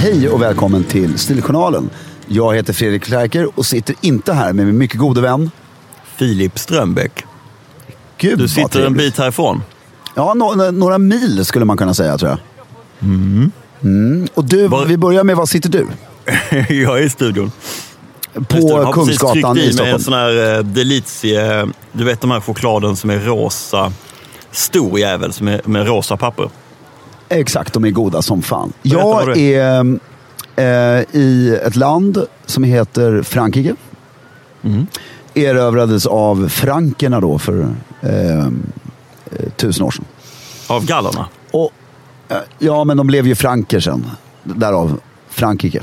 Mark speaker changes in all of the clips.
Speaker 1: Hej och välkommen till Stiljournalen. Jag heter Fredrik Klerker och sitter inte här med min mycket gode vän.
Speaker 2: Filip Strömbäck.
Speaker 1: Gud,
Speaker 2: Du
Speaker 1: vad
Speaker 2: sitter en
Speaker 1: trevligt.
Speaker 2: bit härifrån.
Speaker 1: Ja, nå- nå- några mil skulle man kunna säga tror jag. Mm. Och du,
Speaker 2: Var-
Speaker 1: vi börjar med, var sitter du?
Speaker 2: jag är i studion. Just det, jag
Speaker 1: På
Speaker 2: har precis
Speaker 1: Kungsgatan
Speaker 2: tryckt
Speaker 1: i
Speaker 2: i mig en
Speaker 1: Stockholm.
Speaker 2: sån här eh, delizie, eh, du vet de här chokladen som är rosa. Stor jävel som är med rosa papper.
Speaker 1: Exakt, de är goda som fan.
Speaker 2: Berätta var
Speaker 1: Jag
Speaker 2: du
Speaker 1: är eh, i ett land som heter Frankrike.
Speaker 2: Mm.
Speaker 1: Erövrades av frankerna då för eh, eh, tusen år sedan.
Speaker 2: Av gallerna.
Speaker 1: Och, eh, ja, men de blev ju franker sen. Därav Frankrike.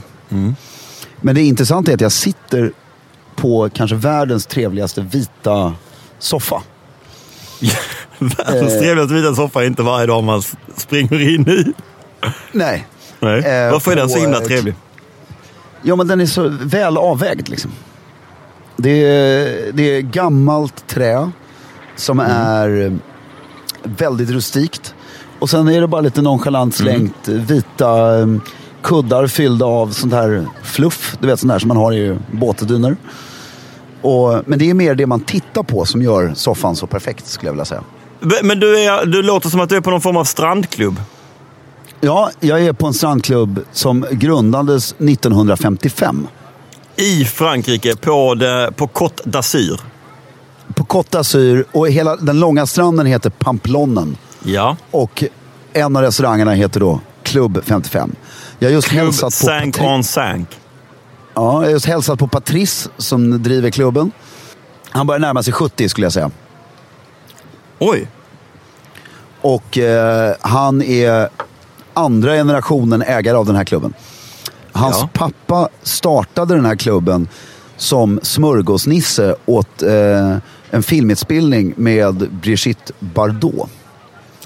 Speaker 1: Men det intressanta är att jag sitter på kanske världens trevligaste vita soffa. Eh.
Speaker 2: Världens trevligaste vita soffa är inte varje dag man s- springer in i.
Speaker 1: Nej.
Speaker 2: Nej.
Speaker 1: Eh,
Speaker 2: Varför är den så
Speaker 1: på
Speaker 2: himla
Speaker 1: ett-
Speaker 2: trevlig?
Speaker 1: Ja, men den är så väl avvägd liksom. Det är, det är gammalt trä som är väldigt rustikt. Och sen är det bara lite nonchalant slängt vita eh, kuddar fyllda av sånt här fluff. Du vet sånt här som man har i båtdynor. Och, men det är mer det man tittar på som gör soffan så perfekt skulle jag vilja säga.
Speaker 2: B- Men du, är, du låter som att du är på någon form av strandklubb.
Speaker 1: Ja, jag är på en strandklubb som grundades 1955.
Speaker 2: I Frankrike, på, det, på Côte d'Azur.
Speaker 1: På Côte d'Azur och hela den långa stranden heter Pamplonen.
Speaker 2: Ja.
Speaker 1: Och en av restaurangerna heter då Club 55. Jag har just, hälsat på,
Speaker 2: Sank
Speaker 1: Patri-
Speaker 2: on sank.
Speaker 1: ja, jag har just hälsat på Patrice som driver klubben. Han börjar närma sig 70 skulle jag säga.
Speaker 2: Oj.
Speaker 1: Och eh, han är andra generationen ägare av den här klubben. Hans
Speaker 2: Ja.
Speaker 1: pappa startade den här klubben som smörgåsnisse åt eh, en filminspelning med Brigitte Bardot.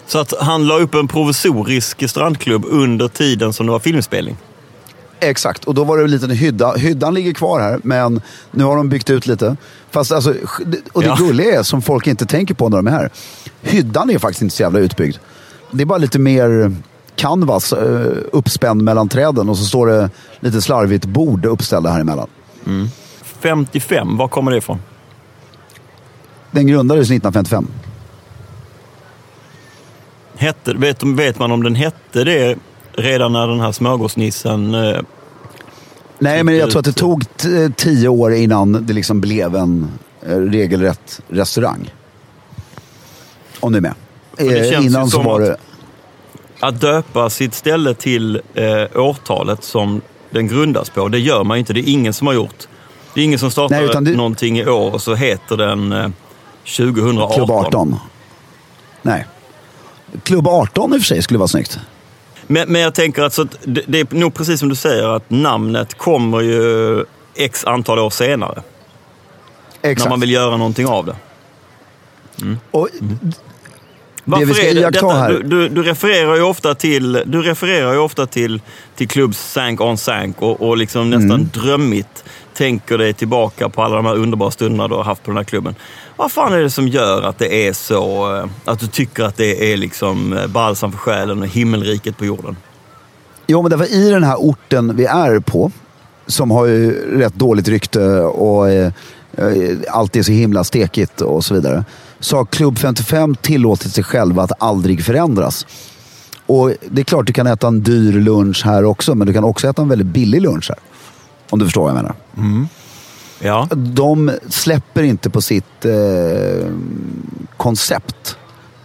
Speaker 2: Så att han la upp en provisorisk strandklubb under tiden som det var filmspelning.
Speaker 1: Exakt, och då var det en liten hydda. Hyddan ligger kvar här, men nu har de byggt ut lite. Fast alltså, och det
Speaker 2: Ja.
Speaker 1: gulliga är, som folk inte tänker på när de är här, hyddan är faktiskt inte så jävla utbyggd. Det är bara lite mer canvas eh, uppspänd mellan träden och så står det lite slarvigt bord uppställda här emellan.
Speaker 2: 55, var kommer det ifrån?
Speaker 1: Den grundades 1955.
Speaker 2: Hette, vet, vet man om den hette det redan när den här smörgåsnissen... eh,
Speaker 1: Nej, men jag tror att det
Speaker 2: Så-
Speaker 1: tog t- tio år innan det liksom blev en eh, regelrätt restaurang. Om du är med.
Speaker 2: det
Speaker 1: Eh,
Speaker 2: känns ju
Speaker 1: innan så
Speaker 2: som
Speaker 1: var
Speaker 2: att-
Speaker 1: det...
Speaker 2: Att döpa sitt ställe till eh, årtalet som den grundas på, det gör man ju inte. Det är ingen som har gjort. Det är ingen som startar
Speaker 1: Nej, utan det-
Speaker 2: någonting i år och så heter den eh, 2018.
Speaker 1: Klubb 18. Nej. Klubb 18 i och för sig skulle vara snyggt.
Speaker 2: Men, men jag tänker att, så att det, det är nog precis som du säger att namnet kommer ju x antal år senare.
Speaker 1: Exakt.
Speaker 2: När man vill göra någonting av det.
Speaker 1: Och,
Speaker 2: Varför
Speaker 1: vi ska
Speaker 2: är det,
Speaker 1: iaktta
Speaker 2: detta,
Speaker 1: här-
Speaker 2: Du, du, du refererar ju ofta till, du refererar ju ofta till, till klubbs sank on sank och, och liksom
Speaker 1: Mm.
Speaker 2: nästan drömmigt tänker dig tillbaka på alla de här underbara stunderna du har haft på den här klubben. Vad fan är det som gör att det är så, eh, att du tycker att det är liksom eh, balsam för själen och himmelriket på jorden?
Speaker 1: Jo, men därför i den här orten vi är på, som har ju rätt dåligt rykte och eh, eh, allt är så himla stekigt och så vidare, så har Klubb 55 tillåtit sig själva att aldrig förändras. Och det är klart du kan äta en dyr lunch här också, men du kan också äta en väldigt billig lunch här. Om du förstår vad jag menar.
Speaker 2: Ja.
Speaker 1: De släpper inte på sitt eh, koncept.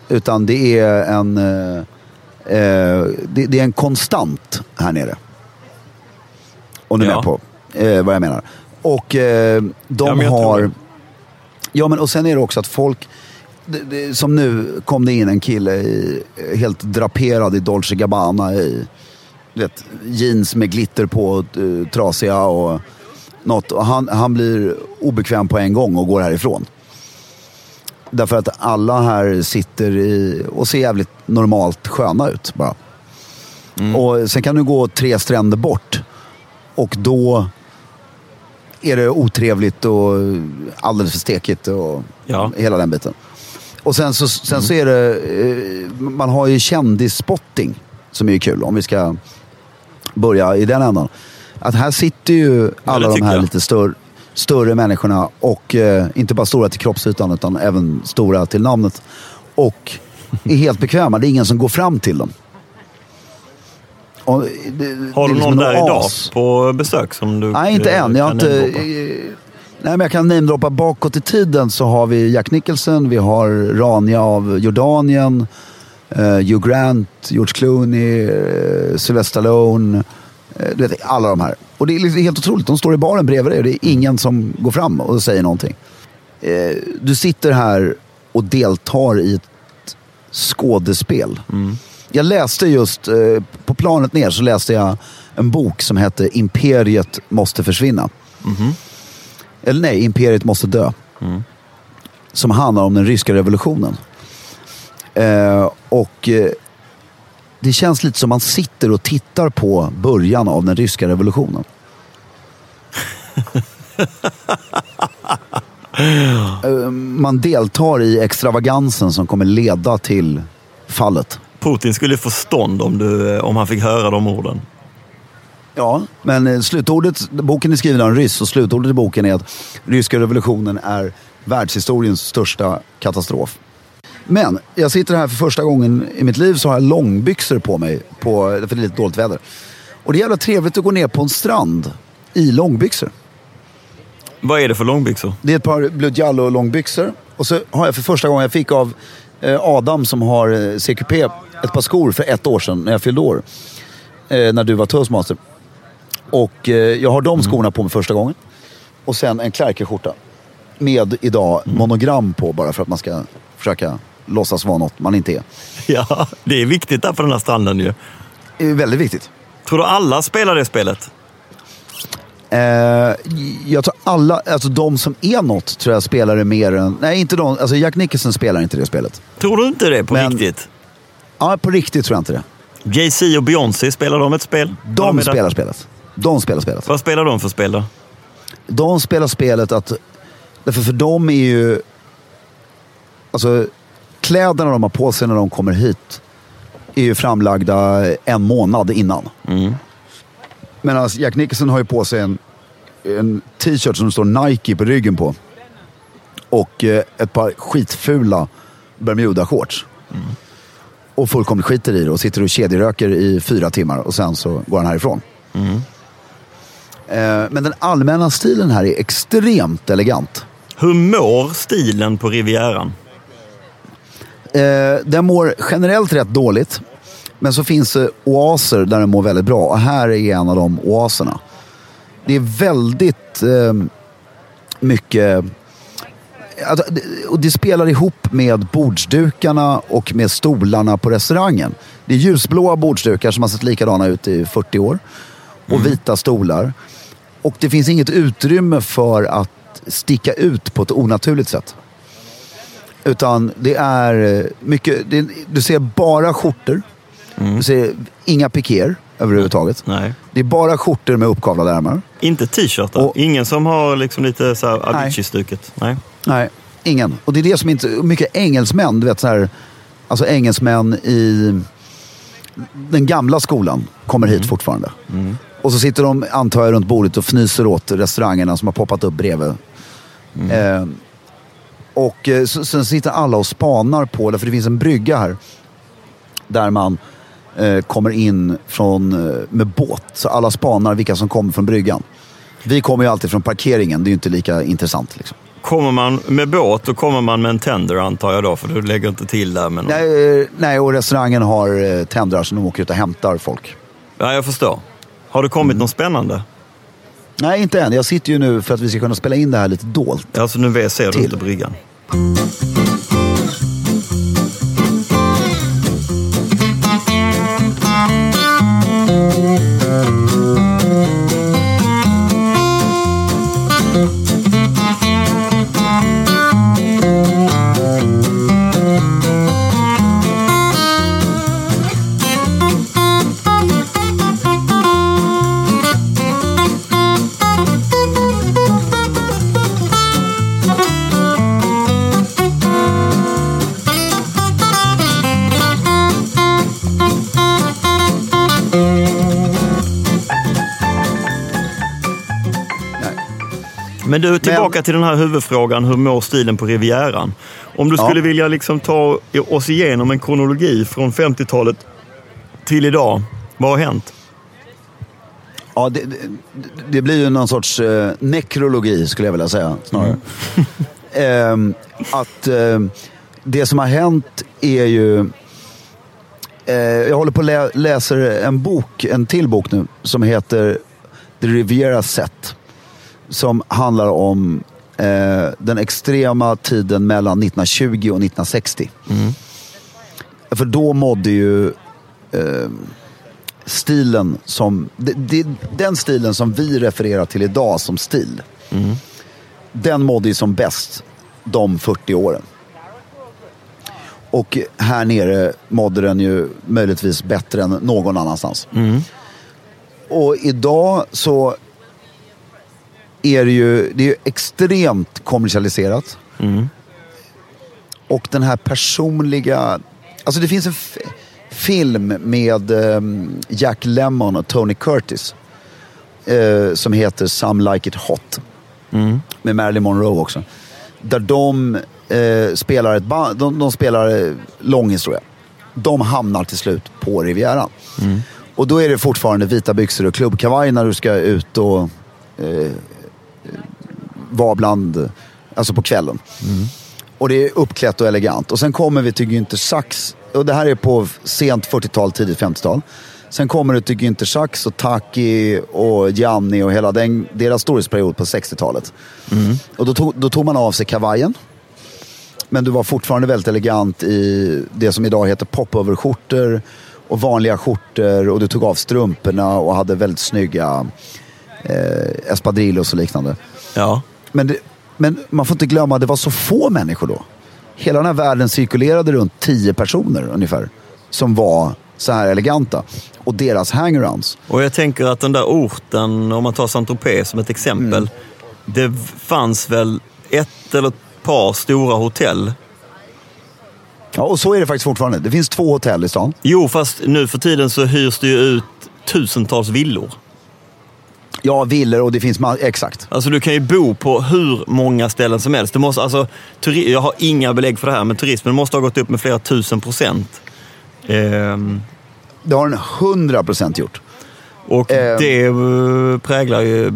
Speaker 1: Utan det är en, eh, eh, det, det är en konstant här nere. Om du är
Speaker 2: Ja.
Speaker 1: med på eh, vad jag menar. Och eh, de
Speaker 2: Ja, men jag tror
Speaker 1: har...
Speaker 2: det.
Speaker 1: Ja, men och sen är det också att folk... Det, det, som nu kom det in en kille i, helt draperad i Dolce Gabbana i du vet, jeans med glitter på, och, eh, trasiga och något. Och han, han blir obekväm på en gång och går härifrån. Därför att alla här sitter i, och ser jävligt normalt sköna ut bara. Och sen kan du gå tre stränder bort och då är det otrevligt och alldeles för stekigt och
Speaker 2: Ja.
Speaker 1: hela den biten. Och sen så, sen så är det, eh, man har ju kändisspotting som är ju kul om vi ska börja i den ändan. Att här sitter ju alla de
Speaker 2: tycker
Speaker 1: här
Speaker 2: jag.
Speaker 1: lite större, större människorna och eh, inte bara stora till kroppsytan utan även stora till namnet. Och är helt bekväma. Det är ingen som går fram till dem. Och det- det,
Speaker 2: Har
Speaker 1: är
Speaker 2: du
Speaker 1: liksom
Speaker 2: någon
Speaker 1: en
Speaker 2: där idag
Speaker 1: oas.
Speaker 2: på besök som du
Speaker 1: Nej, inte
Speaker 2: eh,
Speaker 1: än. Jag har
Speaker 2: kan
Speaker 1: inte...
Speaker 2: namedroppa?
Speaker 1: eh, Nej, men jag kan namedroppa bakåt i tiden så har vi Jack Nicholson, vi har Rania av Jordanien, eh, Hugh Grant, George Clooney, eh, Sylvester Stallone. Eh, du vet, alla de här. Och det är liksom helt otroligt. De står i baren bredvid dig och det är ingen som går fram och säger någonting. Eh, du sitter här och deltar i ett skådespel.
Speaker 2: Mm.
Speaker 1: Jag läste just, eh, på planet ner så läste jag en bok som hette Imperiet måste försvinna. Eller nej, Imperiet måste dö. Som handlar om den ryska revolutionen. Eh, och eh, det känns lite som man sitter och tittar på början av den ryska revolutionen. Eh, Man deltar i extravagansen som kommer leda till fallet.
Speaker 2: Putin skulle få stånd om, du, eh, om han fick höra de orden.
Speaker 1: Ja, men eh, slutordet, boken är skriven av en ryss och slutordet i boken är att ryska revolutionen är världshistoriens största katastrof. Men jag sitter här för första gången i mitt liv så har jag långbyxor på mig, på, för det är lite dåligt väder. Och det är jävla trevligt att gå ner på en strand i långbyxor.
Speaker 2: Vad är det för långbyxor?
Speaker 1: Det är ett par Blue långbyxor. Och så har jag för första gången, jag fick av eh, Adam som har eh, CQP, ett par skor för ett år sedan när jag fyllde år. Eh, när du var toastmaster. Och eh, jag har de skorna på mig första gången. Och sen en Klerker-skjorta. Med idag monogram på bara för att man ska försöka låtsas vara något man inte är.
Speaker 2: Ja, det är viktigt där på den här stranden ju.
Speaker 1: Det är väldigt viktigt.
Speaker 2: Tror du alla spelar det spelet?
Speaker 1: Eh, jag tror alla, alltså de som är något tror jag spelar det mer än... Nej, inte de. Alltså Jack Nicholson spelar inte det spelet.
Speaker 2: Tror du inte det på
Speaker 1: Men-
Speaker 2: riktigt?
Speaker 1: Ja, på riktigt tror jag inte det.
Speaker 2: Jay-Z och Beyoncé, spelar de ett spel? Har
Speaker 1: De
Speaker 2: är där?
Speaker 1: spelar spelet. De spelar spelet.
Speaker 2: Vad spelar de för spel då?
Speaker 1: De spelar spelet att... Därför för dem är ju... Alltså, kläderna de har på sig när de kommer hit är ju framlagda en månad innan. Mm. Medan Jack Nicholson har ju på sig en, en t-shirt som det står Nike på ryggen på. Och eh, ett par skitfula Bermuda-shorts. och fullkomligt skiter i det och sitter och kedjeröker i fyra timmar och sen så går han härifrån. Eh, Men den allmänna stilen här är extremt elegant.
Speaker 2: Hur mår stilen på Rivieran?
Speaker 1: Eh, den mår generellt rätt dåligt. Men så finns det oaser där den mår väldigt bra. Och här är en av de oaserna. Det är väldigt eh, mycket... Att, och det spelar ihop med bordsdukarna och med stolarna på restaurangen. Det är ljusblåa bordsdukar som har sett likadana ut i 40 år. Och vita stolar. Och det finns inget utrymme för att sticka ut på ett onaturligt sätt. Utan det är eh, mycket... Det, du ser bara skjortor. Du ser inga pikéer överhuvudtaget.
Speaker 2: Nej.
Speaker 1: Det är bara skjortor med uppkavlade ärmar.
Speaker 2: Inte t-shirtar.
Speaker 1: Och-
Speaker 2: Ingen som har liksom lite så här Avicii-stuket. Nej.
Speaker 1: Nej. Ingen. Och det är det som inte... Mycket engelsmän, du vet så här... Alltså engelsmän i den gamla skolan kommer hit fortfarande. Och så sitter de, antar jag, runt bordet och fnyser åt restaurangerna som har poppat upp bredvid. Eh, och eh, så, sen sitter alla och spanar på det, för det finns en brygga här. Där man eh, kommer in från, eh, med båt. Så alla spanar vilka som kommer från bryggan. Vi kommer ju alltid från parkeringen, det är ju inte lika intressant. Liksom.
Speaker 2: Kommer man med båt, då kommer man med en tender antar jag då, för du lägger inte till där. Men... Nej.
Speaker 1: Nej, eh, nej, och restaurangen har eh, tändrar så de åker ut och hämtar folk.
Speaker 2: Ja, jag förstår. Har det
Speaker 1: Mm.
Speaker 2: kommit något spännande?
Speaker 1: Nej, inte än. Jag sitter ju nu för att vi ska kunna spela in det här lite dolt.
Speaker 2: Alltså nu vet- ser du
Speaker 1: Till.
Speaker 2: inte bryggan. Men du, tillbaka till den här huvudfrågan, hur mår stilen på Rivieran? Om du
Speaker 1: Ja.
Speaker 2: skulle vilja liksom ta oss igenom en kronologi från 50-talet till idag, vad har hänt?
Speaker 1: Ja, det, det, det blir ju någon sorts eh, nekrologi skulle jag vilja säga snarare. Ehm, att eh, det som har hänt är ju... Eh, jag håller på att lä- läser en bok, en till bok nu, som heter The Riviera Set. Som handlar om eh, den extrema tiden mellan 1920 och 1960. För då mådde ju stilen som... Det, det, den stilen som vi refererar till idag som stil. Den mådde ju som bäst de 40 åren. Och här nere mådde den ju möjligtvis bättre än någon annanstans. Och idag så är det ju, det är ju extremt kommersialiserat. Och den här personliga... Alltså det finns en f- film med ehm, Jack Lemmon och Tony Curtis. eh, som heter Some Like It Hot. Med Marilyn Monroe också. Där de eh, spelar ett ba- de, de spelar eh, lång historia. De hamnar till slut på Rivieran. Och då är det fortfarande vita byxor och klubbkavaj när du ska ut och eh, vara bland, alltså på kvällen. Och det är uppklätt och elegant. Och sen kommer vi till Günther Sachs. Och det här är på sent 40-tal, tidigt 50-tal. Sen kommer du till Günther Sachs och Taki och Gianni och hela den, deras storhetsperiod på 60-talet. Och då tog, då tog man av sig kavajen. Men du var fortfarande väldigt elegant i det som idag heter popoverskjortor och vanliga skjortor. Och du tog av strumporna och hade väldigt snygga eh, espadrillos och liknande.
Speaker 2: Ja.
Speaker 1: Men, det, men man får inte glömma, det var så få människor då. Hela den här världen cirkulerade runt tio personer ungefär. Som var så här eleganta. Och deras hangarounds.
Speaker 2: Och jag tänker att den där orten, om man tar Saint-Tropez som ett exempel. Det fanns väl ett eller ett par stora hotell.
Speaker 1: Ja, och så är det faktiskt fortfarande. Det finns två hotell i stan.
Speaker 2: Jo, fast nu för tiden så hyrs det ju ut tusentals villor.
Speaker 1: Ja, villor och det finns... ma- Exakt.
Speaker 2: Alltså du kan ju bo på hur många ställen som helst. Det måste, alltså, turi- jag har inga belägg för det här, men turismen måste ha gått upp med flera tusen procent Ehm,
Speaker 1: Det har den 100% gjort.
Speaker 2: och
Speaker 1: Ehm.
Speaker 2: det eh, präglar ju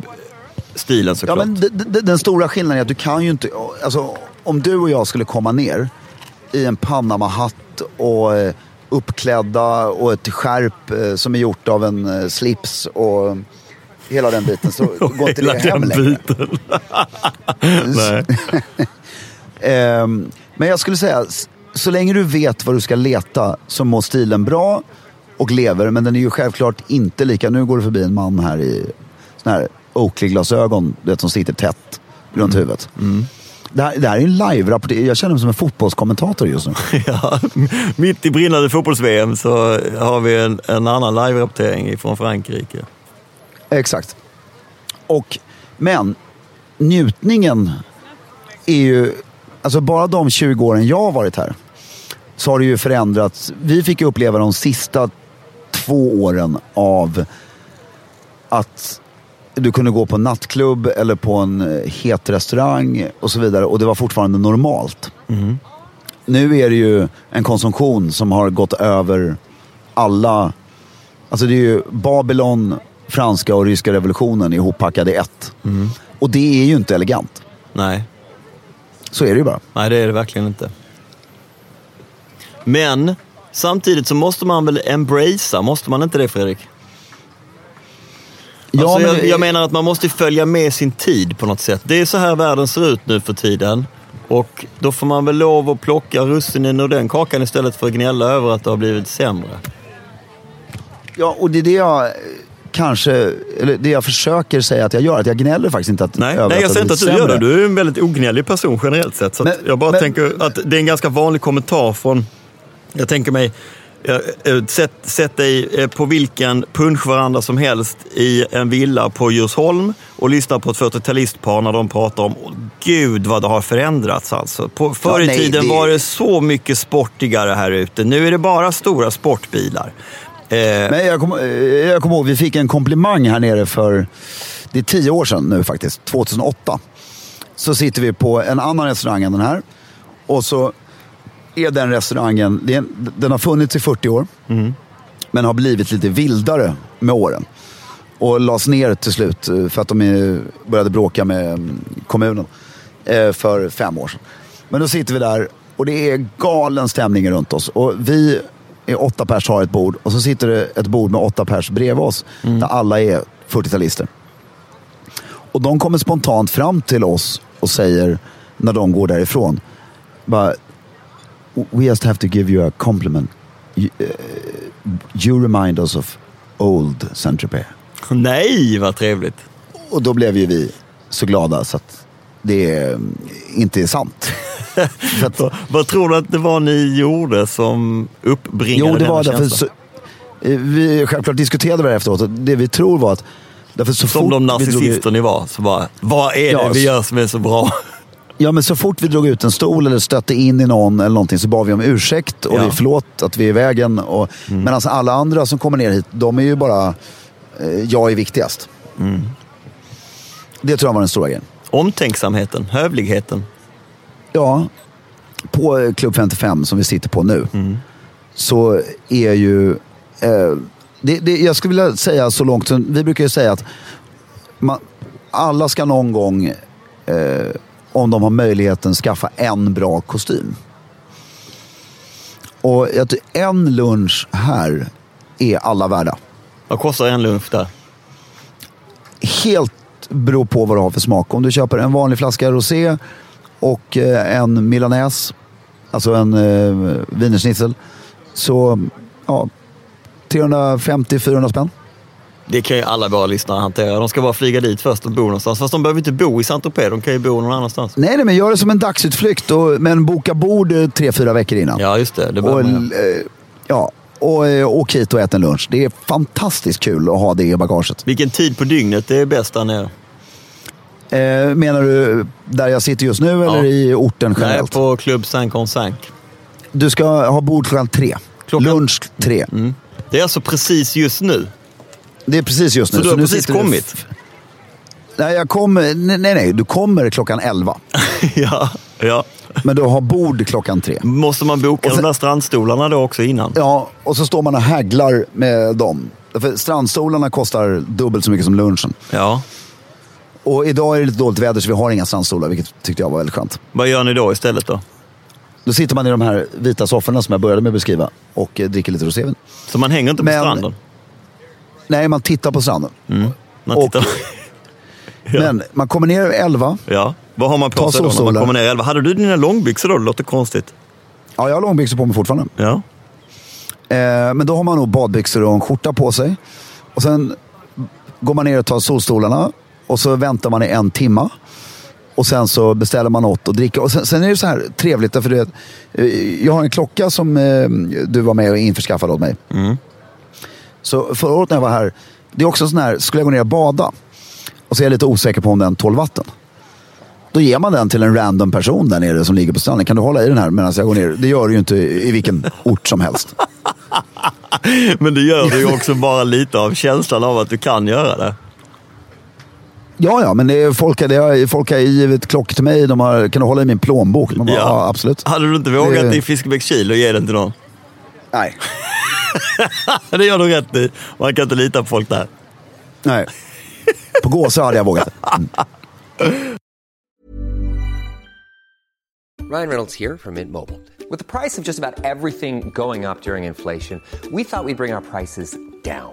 Speaker 2: stilen
Speaker 1: Ja,
Speaker 2: såklart.
Speaker 1: men d- d- den stora skillnaden är att du kan ju inte... Alltså, om du och jag skulle komma ner i en Panama-hatt och eh, uppklädda och ett skärp eh, som är gjort av en eh, slips och hela den biten så går inte
Speaker 2: Hela
Speaker 1: det hem
Speaker 2: den
Speaker 1: längre.
Speaker 2: biten. Nej.
Speaker 1: Ehm, men jag skulle säga, s- så länge du vet vad du ska leta så mår stilen bra och lever. Men den är ju självklart inte lika... Nu går det förbi en man här i sån här Oakley-glasögon, du vet, som sitter tätt runt huvudet. Det, här, det här är ju en live-rapport. Jag känner mig som en fotbollskommentator just nu.
Speaker 2: Ja, mitt i brinnande fotbolls-VM så har vi en, en annan live-rapportering från Frankrike.
Speaker 1: Exakt. Och, men njutningen är ju... Alltså bara de 20 åren jag har varit här så har det ju förändrats. Vi fick ju uppleva de sista två åren av att du kunde gå på en nattklubb eller på en eh, het restaurang och så vidare och det var fortfarande normalt. Nu är det ju en konsumtion som har gått över alla Alltså det är ju Babylon, franska och ryska revolutionen ihoppackade i ett.
Speaker 2: Mm.
Speaker 1: Och det är ju inte elegant.
Speaker 2: Nej,
Speaker 1: Så är det ju bara.
Speaker 2: nej det är det verkligen inte. Men samtidigt så måste man väl embracea, måste man inte det Fredrik?
Speaker 1: Ja,
Speaker 2: alltså,
Speaker 1: men-
Speaker 2: jag, jag menar att man måste följa med sin tid på något sätt. Det är så här världen ser ut nu för tiden. Och då får man väl lov att plocka russinen ur den kakan istället för att gnälla över att det har blivit sämre.
Speaker 1: ja, och det är det jag eh, kanske, eller det jag försöker säga att jag gör. Att jag gnäller faktiskt inte att
Speaker 2: Nej,
Speaker 1: över
Speaker 2: nej jag
Speaker 1: det
Speaker 2: säger inte att du
Speaker 1: blir
Speaker 2: gör det.
Speaker 1: sämre.
Speaker 2: Du är en väldigt ognällig person generellt sett. Så att
Speaker 1: Men-
Speaker 2: jag bara
Speaker 1: men-
Speaker 2: tänker att det är en ganska vanlig kommentar från, jag tänker mig, eh, eh, Sätt, sätt dig eh, på vilken punschveranda som helst i en villa på Djursholm och lyssna på ett 40-talistpar när de pratar om "Åh, Gud vad det har förändrats alltså. På, förr i
Speaker 1: nej,
Speaker 2: tiden
Speaker 1: det-
Speaker 2: var det så mycket sportigare här ute. Nu är det bara stora sportbilar. Eh,
Speaker 1: Men jag kommer eh, jag kommer ihåg, vi fick en komplimang här nere för, det är tio år sedan nu faktiskt, 2008. Så sitter vi på en annan restaurang än den här. Och så är den restaurangen, det är en- den har funnits i 40 år. Men har blivit lite vildare med åren. Och lades ner till slut eh, för att de eh, började bråka med mm, kommunen eh, för fem år sedan. Men då sitter vi där och det är galen stämning runt oss. Och vi är åtta pers har ett bord och så sitter det ett bord med åtta pers bredvid oss där alla är 40-talister. Och de kommer spontant fram till oss och säger när de går därifrån. Bara, We just have to give you a compliment. You, eh, you remind us of old Saint-Tropez.
Speaker 2: nej, vad trevligt.
Speaker 1: Och då blev ju vi så glada så att det eh, inte är sant. För att,
Speaker 2: Så, vad tror du att det var ni gjorde som uppbringade
Speaker 1: jo, det var
Speaker 2: denna
Speaker 1: därför...
Speaker 2: känsla?
Speaker 1: Så, eh, vi självklart diskuterade vi det här efteråt och det vi tror var att... Därför så
Speaker 2: Som
Speaker 1: fort
Speaker 2: de
Speaker 1: vi drog ut-
Speaker 2: narcissister ni var. Så bara, vad är det
Speaker 1: Ja,
Speaker 2: vi
Speaker 1: så-
Speaker 2: gör som är så bra?
Speaker 1: Ja, men så fort vi drog ut en stol eller stötte in i någon eller någonting så bad vi om ursäkt och
Speaker 2: Ja. Mm.
Speaker 1: vi förlåt att vi är i vägen. Och, Medan alla andra som kommer ner hit, de är ju bara, eh, jag är viktigast.
Speaker 2: Mm.
Speaker 1: Det tror jag var den stora grejen.
Speaker 2: Omtänksamheten, hövligheten.
Speaker 1: Ja, på eh, Klubb 55 som vi sitter på nu så är ju... Eh, det, det, jag skulle vilja säga så långt som... Vi brukar ju säga att man, alla ska någon gång, eh, om de har möjligheten, skaffa en bra kostym. Och jag ty- en lunch här är alla värda.
Speaker 2: Vad kostar en lunch där?
Speaker 1: Helt beror på vad du har för smak. Om du köper en vanlig flaska rosé och eh, en milanäs, alltså en eh, wienerschnitzel, så ja, 350-400 spänn.
Speaker 2: Det kan ju alla våra lyssnare hantera. De ska bara flyga dit först och bo någonstans. Fast de behöver inte bo i Saint-Tropez, de kan ju bo någon annanstans.
Speaker 1: Nej, nej, men gör det som en dagsutflykt, och, men boka bord eh, tre, fyra veckor innan.
Speaker 2: Ja, just det. det
Speaker 1: och,
Speaker 2: behöver man göra.
Speaker 1: eh, ja, och eh, åk hit och ät en lunch. Det är fantastiskt kul att ha det i bagaget.
Speaker 2: Vilken tid på dygnet det är bäst där nere?
Speaker 1: Eh, menar du där jag sitter just nu eller
Speaker 2: Ja.
Speaker 1: i orten
Speaker 2: Nej,
Speaker 1: generellt?
Speaker 2: på Club saint Sank.
Speaker 1: Du ska ha bord klockan tre.
Speaker 2: Klockan-
Speaker 1: Lunch tre.
Speaker 2: Det är alltså precis just nu.
Speaker 1: Det är precis just nu.
Speaker 2: Så du har
Speaker 1: nu
Speaker 2: precis
Speaker 1: sitter du-
Speaker 2: kommit?
Speaker 1: Nej, jag kommer, nej, nej, nej, du kommer klockan 11.
Speaker 2: ja. Ja.
Speaker 1: Men du har bord klockan tre.
Speaker 2: Måste man boka
Speaker 1: Och sen-
Speaker 2: de där strandstolarna då också innan?
Speaker 1: Ja, och så står man och häglar med dem. För strandstolarna kostar dubbelt så mycket som lunchen.
Speaker 2: Ja.
Speaker 1: Och idag är det lite dåligt väder så vi har inga strandstolar, vilket tyckte jag var väldigt skönt.
Speaker 2: Vad gör ni då istället då?
Speaker 1: Då sitter man i de här vita sofforna som jag började med att beskriva och eh, dricker lite rosévin.
Speaker 2: Så man hänger inte på
Speaker 1: Men-
Speaker 2: stranden?
Speaker 1: Nej, man tittar på stranden.
Speaker 2: Man
Speaker 1: och-
Speaker 2: tittar.
Speaker 1: Men man kommer ner vid elva.
Speaker 2: Ja. Vad har man på
Speaker 1: Ta
Speaker 2: sig då när man
Speaker 1: solstolar.
Speaker 2: kommer ner i elva? Hade du dina långbyxor då? Det låter konstigt.
Speaker 1: Ja, jag har långbyxor på mig fortfarande.
Speaker 2: Ja.
Speaker 1: Eh, men då har man nog badbyxor och en skjorta på sig. Och sen går man ner och tar solstolarna och så väntar man i en timma. Och sen så beställer man något och dricker. Och sen, sen är det så här trevligt, för du vet, eh, jag har en klocka som eh, du var med och införskaffade åt mig. Så förra året när jag var här, det är också sån här, skulle jag gå ner och bada och så är jag lite osäker på om den tål vatten. Då ger man den till en random person där nere som ligger på stranden. Kan du hålla i den här medan jag går ner? Det gör du ju inte i vilken ort som helst.
Speaker 2: Men det gör du ju också bara lite av känslan av att du kan göra det.
Speaker 1: Ja, ja, men det är folk, det har, folk har givit klockor till mig. De har, kan du hålla i min plånbok? Man bara, ja. absolut.
Speaker 2: Hade du inte vågat
Speaker 1: Det-
Speaker 2: i Fiskebäckskil och ge den till någon?
Speaker 1: Nej.
Speaker 2: Det gör du rätt i. Man kan inte lita på folk där.
Speaker 1: Nej. På Gåsö hade jag vågat. Mm.
Speaker 3: Ryan Reynolds here from Mint Mobile. With the price of just about everything going up during inflation, we thought we'd bring our prices down.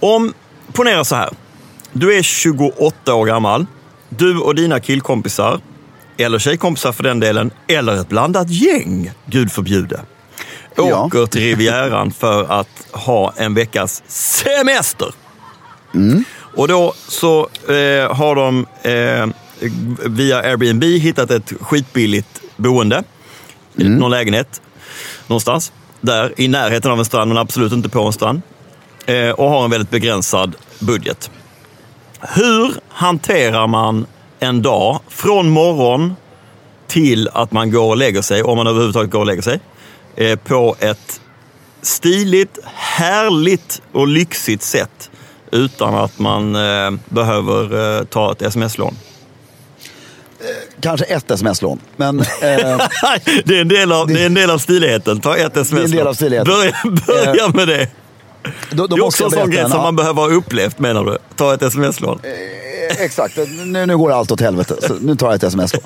Speaker 2: om, ponera så här. Du är 28 år gammal. Du och dina killkompisar, eller tjejkompisar för den delen, eller ett blandat gäng, gud förbjude,
Speaker 1: Ja.
Speaker 2: åker till Rivieran för att ha en veckas semester. Och då så eh, har de eh, via Airbnb hittat ett skitbilligt boende. Någon lägenhet någonstans. Där i närheten av en strand, men absolut inte på en strand. Eh, och har en väldigt begränsad budget. Hur hanterar man en dag från morgon till att man går och lägger sig, om man överhuvudtaget går och lägger sig, eh, på ett stiligt, härligt och lyxigt sätt utan att man eh, behöver eh, ta ett sms-lån?
Speaker 1: Kanske ett sms-lån. Men eh,
Speaker 2: det, är en del av, det är en del av stiligheten. Ta ett sms-lån.
Speaker 1: del av stiligheten.
Speaker 2: Börja, börja med det.
Speaker 1: då, då
Speaker 2: det är
Speaker 1: måste
Speaker 2: också
Speaker 1: jag
Speaker 2: en
Speaker 1: berätta
Speaker 2: sån grej
Speaker 1: en Eh,
Speaker 2: som
Speaker 1: an-
Speaker 2: man behöver ha upplevt menar du? Ta ett sms-lån.
Speaker 1: Exakt, nu, nu går allt åt helvete. Så nu tar jag ett sms lån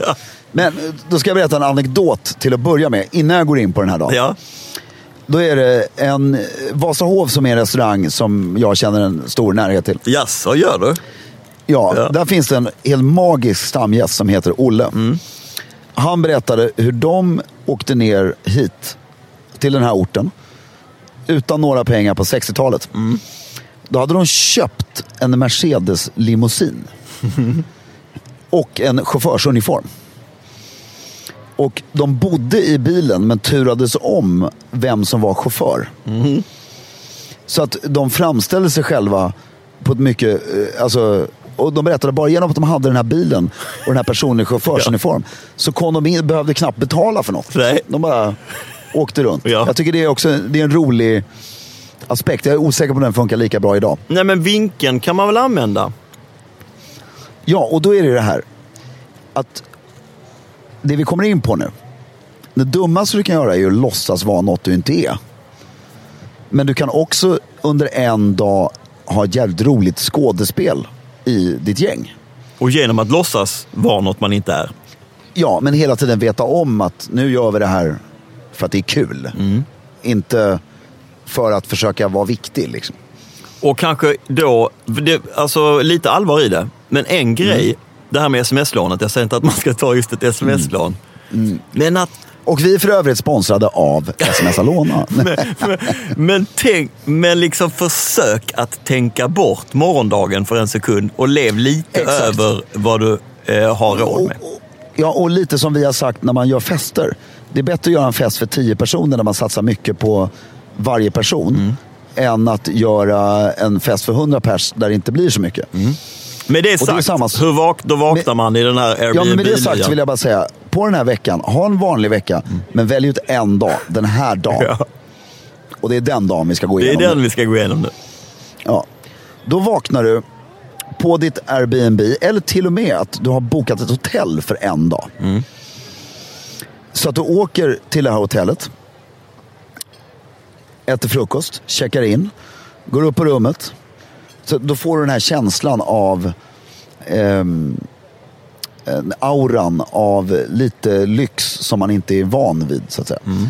Speaker 1: Men eh, då ska jag berätta en anekdot till att börja med, innan jag går in på den här dagen.
Speaker 2: Ja.
Speaker 1: Då är det en eh, Vasahov som är en restaurang som jag känner en stor närhet till.
Speaker 2: Jaså, gör du?
Speaker 1: Ja,
Speaker 2: Ja.
Speaker 1: där finns det en helt magisk stamgäst som heter Olle. Han berättade hur de åkte ner hit, till den här orten, utan några pengar på 60-talet. Då hade de köpt en Mercedes limousin och en chaufförsuniform. Och de bodde i bilen men turades om vem som var chaufför. Så att de framställde sig själva på ett mycket... eh, Alltså, och de berättade bara genom att de hade den här bilen och den här personen i chaufförsuniform så kom de in, behövde knappt betala för något.
Speaker 2: Nej.
Speaker 1: De bara åkte runt.
Speaker 2: Ja.
Speaker 1: Jag tycker det är, också, det är en rolig aspekt. Jag är osäker på om den funkar lika bra idag.
Speaker 2: Nej, men vinkeln kan man väl använda?
Speaker 1: Ja, och då är det det här. Att det vi kommer in på nu. Det dummaste du kan göra är ju att låtsas vara något du inte är. Men du kan också under en dag ha ett jävligt roligt skådespel i ditt gäng.
Speaker 2: Och genom att låtsas vara något man inte är.
Speaker 1: Ja, men hela tiden veta om att nu gör vi det här för att det är kul. Inte för att försöka vara viktig. Liksom.
Speaker 2: Och kanske då, det, alltså lite allvar i det, men en grej,
Speaker 1: Mm.
Speaker 2: det här med sms-lånet, jag säger inte att man ska ta just ett sms-lån.
Speaker 1: Mm.
Speaker 2: Men, att,
Speaker 1: Och vi är för övrigt sponsrade av SMS Alona.
Speaker 2: men, tänk, men liksom försök att tänka bort morgondagen för en sekund och lev lite
Speaker 1: Exakt.
Speaker 2: över vad du eh, har råd
Speaker 1: och,
Speaker 2: med.
Speaker 1: och- ja, och lite som vi har sagt när man gör fester. Det är bättre att göra en fest för tio personer där man satsar mycket på varje person.
Speaker 2: Mm.
Speaker 1: Än att göra en fest för hundra pers där det inte blir så mycket.
Speaker 2: Mm. Med det
Speaker 1: och det är
Speaker 2: sagt,
Speaker 1: samma-
Speaker 2: hur vak, då vaknar
Speaker 1: Men-
Speaker 2: man i den här airbnb
Speaker 1: Ja, men med det sagt så vill jag bara säga. På den här veckan, ha en vanlig vecka. Men välj ut en dag, den här dagen.
Speaker 2: Mm. Ja,
Speaker 1: Och det är den dagen vi ska gå
Speaker 2: det är
Speaker 1: igenom.
Speaker 2: den vi ska gå igenom nu.
Speaker 1: Ja. Då vaknar du på ditt Airbnb, eller till och med att du har bokat ett hotell för en dag. Så att du åker till det här hotellet, äter frukost, checkar in, går upp på rummet. Så då får du den här känslan av ehm, en auran av lite lyx som man inte är van vid. så att säga.
Speaker 2: Mm.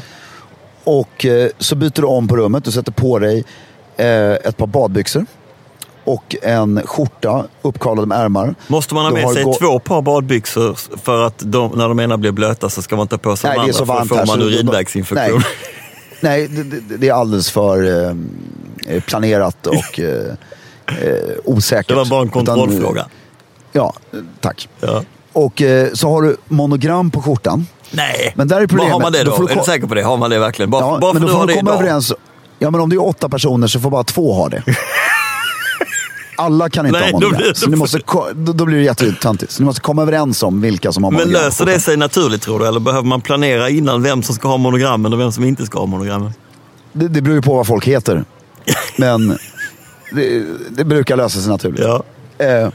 Speaker 1: Och eh, så byter du om på rummet. Du sätter på dig eh, ett par badbyxor och en skjorta uppkavlad med ärmar.
Speaker 2: Måste man ha
Speaker 1: Du
Speaker 2: med
Speaker 1: har
Speaker 2: sig
Speaker 1: gå-
Speaker 2: två par badbyxor för att de, när de ena blir blöta så ska man ta på sig
Speaker 1: Nej,
Speaker 2: de
Speaker 1: det är
Speaker 2: andra
Speaker 1: så varmt
Speaker 2: för
Speaker 1: här.
Speaker 2: då får man
Speaker 1: så det-
Speaker 2: urinvägsinfektion.
Speaker 1: Nej, nej det, det, det är alldeles för eh, planerat och eh, eh, osäkert.
Speaker 2: Det var bara en
Speaker 1: Utan- eh,
Speaker 2: kontrollfråga.
Speaker 1: ja, eh, tack.
Speaker 2: Ja.
Speaker 1: Och eh, så har du monogram på skjortan.
Speaker 2: Nej,
Speaker 1: Men där är
Speaker 2: Vad har
Speaker 1: problemet.
Speaker 2: man det
Speaker 1: Då
Speaker 2: då?
Speaker 1: får du
Speaker 2: Är du
Speaker 1: ko-
Speaker 2: säker på det? Har man det verkligen? Bara,
Speaker 1: Ja,
Speaker 2: bara för
Speaker 1: men då
Speaker 2: du har
Speaker 1: får
Speaker 2: det
Speaker 1: du komma
Speaker 2: idag.
Speaker 1: överens. Ja, men om det är åtta personer så får bara två ha det. Alla kan inte
Speaker 2: Nej,
Speaker 1: ha
Speaker 2: då
Speaker 1: monogram.
Speaker 2: blir det-
Speaker 1: så ni måste, ko- då, då blir det jättetantigt. Så ni måste komma överens om vilka som har
Speaker 2: Men
Speaker 1: monogram.
Speaker 2: löser det sig naturligt tror du? Eller behöver man planera innan vem som ska ha monogrammen och vem som inte ska ha monogrammen?
Speaker 1: Det, det beror ju på vad folk heter. Men det, det brukar lösa sig naturligt.
Speaker 2: Ja.
Speaker 1: Eh,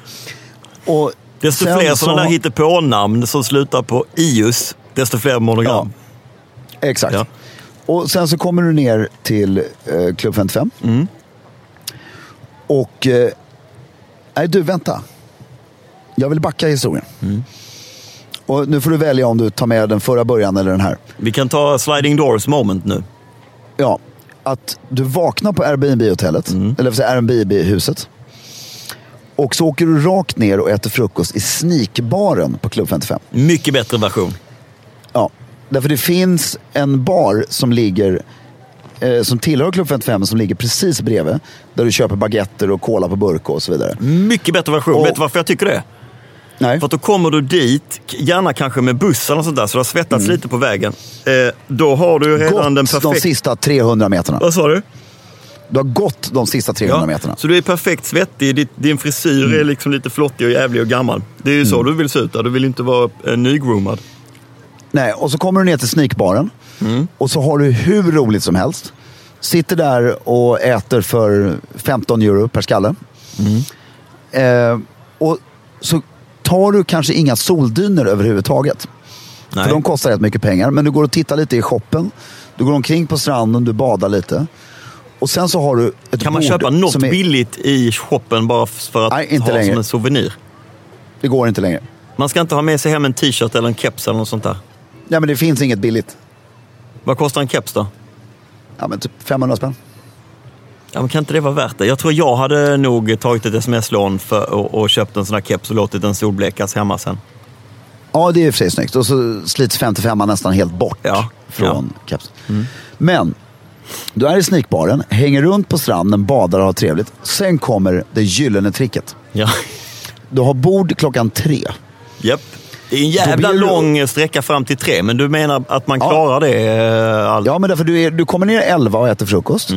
Speaker 1: och
Speaker 2: Desto
Speaker 1: sen
Speaker 2: fler
Speaker 1: så-
Speaker 2: sådana där hittepånamn som slutar på ius, desto fler monogram.
Speaker 1: Exakt.
Speaker 2: Ja.
Speaker 1: Och sen så kommer du ner till eh, Klubb 55.
Speaker 2: Mm.
Speaker 1: Och... Eh, nej, du, vänta. Jag vill backa historien.
Speaker 2: Mm.
Speaker 1: Och nu får du välja om du tar med den förra början eller den här.
Speaker 2: Vi kan ta sliding doors moment nu.
Speaker 1: Ja, att du vaknar på Airbnb-hotellet, eller eller Airbnb-huset. Och så åker du rakt ner och äter frukost i sneakbaren på Klubb 55.
Speaker 2: Mycket bättre version.
Speaker 1: Ja, därför det finns en bar som ligger eh, som tillhör Klubb 55 som ligger precis bredvid. Där du köper baguetter och cola på burk och så vidare.
Speaker 2: Mm. Mycket bättre version.
Speaker 1: Och-
Speaker 2: Vet du varför jag tycker det?
Speaker 1: Nej.
Speaker 2: För att då kommer du dit, k- gärna kanske med bussen och sånt där, så du har svettats lite på vägen. Eh, då har du redan den
Speaker 1: Gått Mm. de
Speaker 2: perfekta...
Speaker 1: sista 300 meterna.
Speaker 2: Vad sa du?
Speaker 1: Du har gått de sista 300 meterna. Mm.
Speaker 2: Så du är perfekt svettig, ditt- din frisyr är liksom lite flottig och jävlig och gammal. Det är ju så du vill se ut där. du vill inte vara eh, nygroomad.
Speaker 1: Nej, och så kommer du ner till sneakbaren.
Speaker 2: Mm.
Speaker 1: Och så har du hur roligt som helst. Sitter där och äter för 15 euro per skalle.
Speaker 2: Mm.
Speaker 1: Eh, och så tar du kanske inga soldyner överhuvudtaget.
Speaker 2: Nej.
Speaker 1: För de kostar rätt mycket pengar. Men du går och tittar lite i shoppen. Du går omkring på stranden, du badar lite. Och sen så har du ett
Speaker 2: kan man
Speaker 1: bord
Speaker 2: köpa något
Speaker 1: som är...
Speaker 2: billigt i shoppen bara f- för att
Speaker 1: Nej, inte
Speaker 2: ha
Speaker 1: längre.
Speaker 2: som en souvenir?
Speaker 1: Det går inte längre.
Speaker 2: Man ska inte ha med sig hem en t-shirt eller en keps eller något sånt där.
Speaker 1: Nej men det finns inget billigt.
Speaker 2: Vad kostar en keps då?
Speaker 1: Ja men typ 500 spänn.
Speaker 2: Ja, men kan inte det vara värt det? Jag tror jag hade nog tagit ett sms-lån för, och, och köpt en sån här keps och låtit den solblekas hemma sen.
Speaker 1: Ja, det är i och för sig snyggt. Och så slits 55 nästan helt bort
Speaker 2: Ja, Mm.
Speaker 1: från kepsen. Men, du är i sneakbaren, hänger runt på stranden, badar och har trevligt. Sen kommer det gyllene tricket.
Speaker 2: Ja.
Speaker 1: Du har bord klockan tre.
Speaker 2: Japp. Det är en jävla
Speaker 1: blir det-
Speaker 2: lång sträcka fram till tre, men du menar att man
Speaker 1: Ja.
Speaker 2: klarar det? eh, Mm. all-
Speaker 1: Ja, men därför du, är, du kommer ner 11 och äter frukost.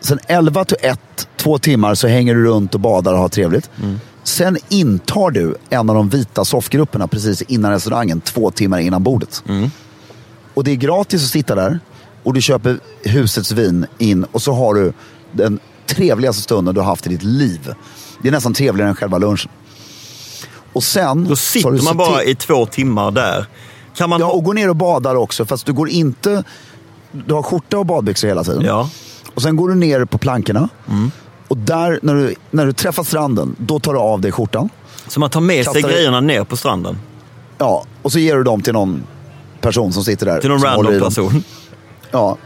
Speaker 1: Sen 11 till 1, två timmar, så hänger du runt och badar och har trevligt.
Speaker 2: Mm.
Speaker 1: Sen intar du en av de vita soffgrupperna precis innan restaurangen, två timmar innan bordet.
Speaker 2: Mm.
Speaker 1: Och det är gratis att sitta där och du köper husets vin in och så har du den trevligaste stunden du har haft i ditt liv. Det är nästan trevligare än själva lunchen. Och sen...
Speaker 2: Då
Speaker 1: så har du
Speaker 2: sitter man
Speaker 1: sett
Speaker 2: bara
Speaker 1: till-
Speaker 2: i två timmar där. Kan man...
Speaker 1: Ja, och går ner och badar också. Fast du går inte... Du har skjorta och badbyxor hela tiden.
Speaker 2: Ja. Mm.
Speaker 1: Och sen går du ner på plankorna. Och där, när du, när du träffar stranden, då tar du av dig skjortan.
Speaker 2: Så man tar med sig
Speaker 1: Kastar i-
Speaker 2: grejerna ner på stranden?
Speaker 1: Ja, och så ger du dem till någon person som sitter där.
Speaker 2: Till någon
Speaker 1: som håller i
Speaker 2: random
Speaker 1: dem.
Speaker 2: person.
Speaker 1: Ja.